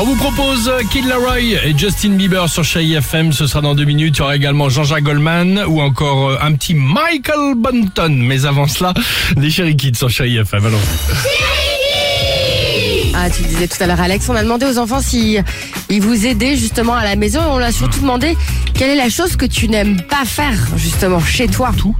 On vous propose Kid Laroi et Justin Bieber sur Chérie FM. Ce sera dans deux minutes. Il y aura également Jean-Jacques Goldman ou encore euh, un petit Michael Bunton. Mais avant cela, les Chérie Kids sur Chérie FM. Allons. Ah, tu le disais tout à l'heure, Alex, on a demandé aux enfants si ils vous aidaient justement à la maison. Et on l'a Hmm. surtout demandé quelle est la chose que tu n'aimes pas faire justement chez toi. Tout.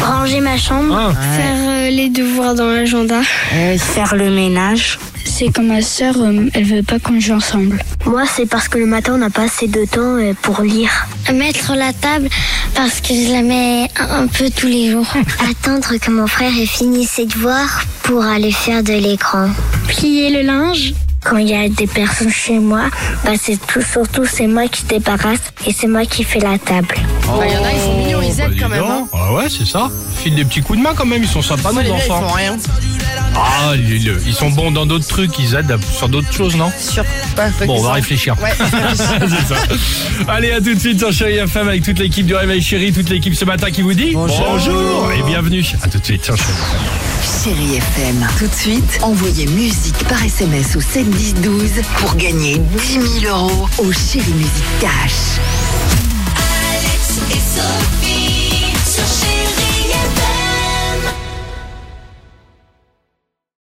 Ranger ma chambre, Ah. faire euh, les devoirs dans l'agenda. Eh, faire le ménage. C'est quand ma sœur, elle veut pas qu'on joue ensemble. Moi, c'est parce que le matin, on n'a pas assez de temps euh, pour lire. Mettre la table parce que je la mets un peu tous les jours. Attendre que mon frère ait fini ses devoirs pour aller faire de l'écran. Plier le linge. Quand il y a des personnes chez moi, bah c'est tout, surtout c'est moi qui débarrasse et c'est moi qui fais la table. Enfin, il y en a, ils sont mignons, ils Bah, aident dis quand même. donc. hein. Ah ouais, c'est ça. File des petits coups de main quand même. Ils sont sympas, nos Les gars, ils enfants. font rien. Ah, les- les- ils sont bons dans d'autres trucs. Ils aident à- sur d'autres choses, non Sûr. Pas- pas Bon, que on va ça. réfléchir. Ouais. C'est ça. Allez, à tout de suite sur Chérie FM avec toute l'équipe du Réveil Chérie, toute l'équipe ce matin qui vous dit Bonjour. et bienvenue. À tout de suite sur Chérie FM. Chérie FM. Tout de suite, envoyez musique par SMS au 7 10 12 pour gagner 10 000 euros au Chérie Musique Cash. Alex et Sophie sur Chérie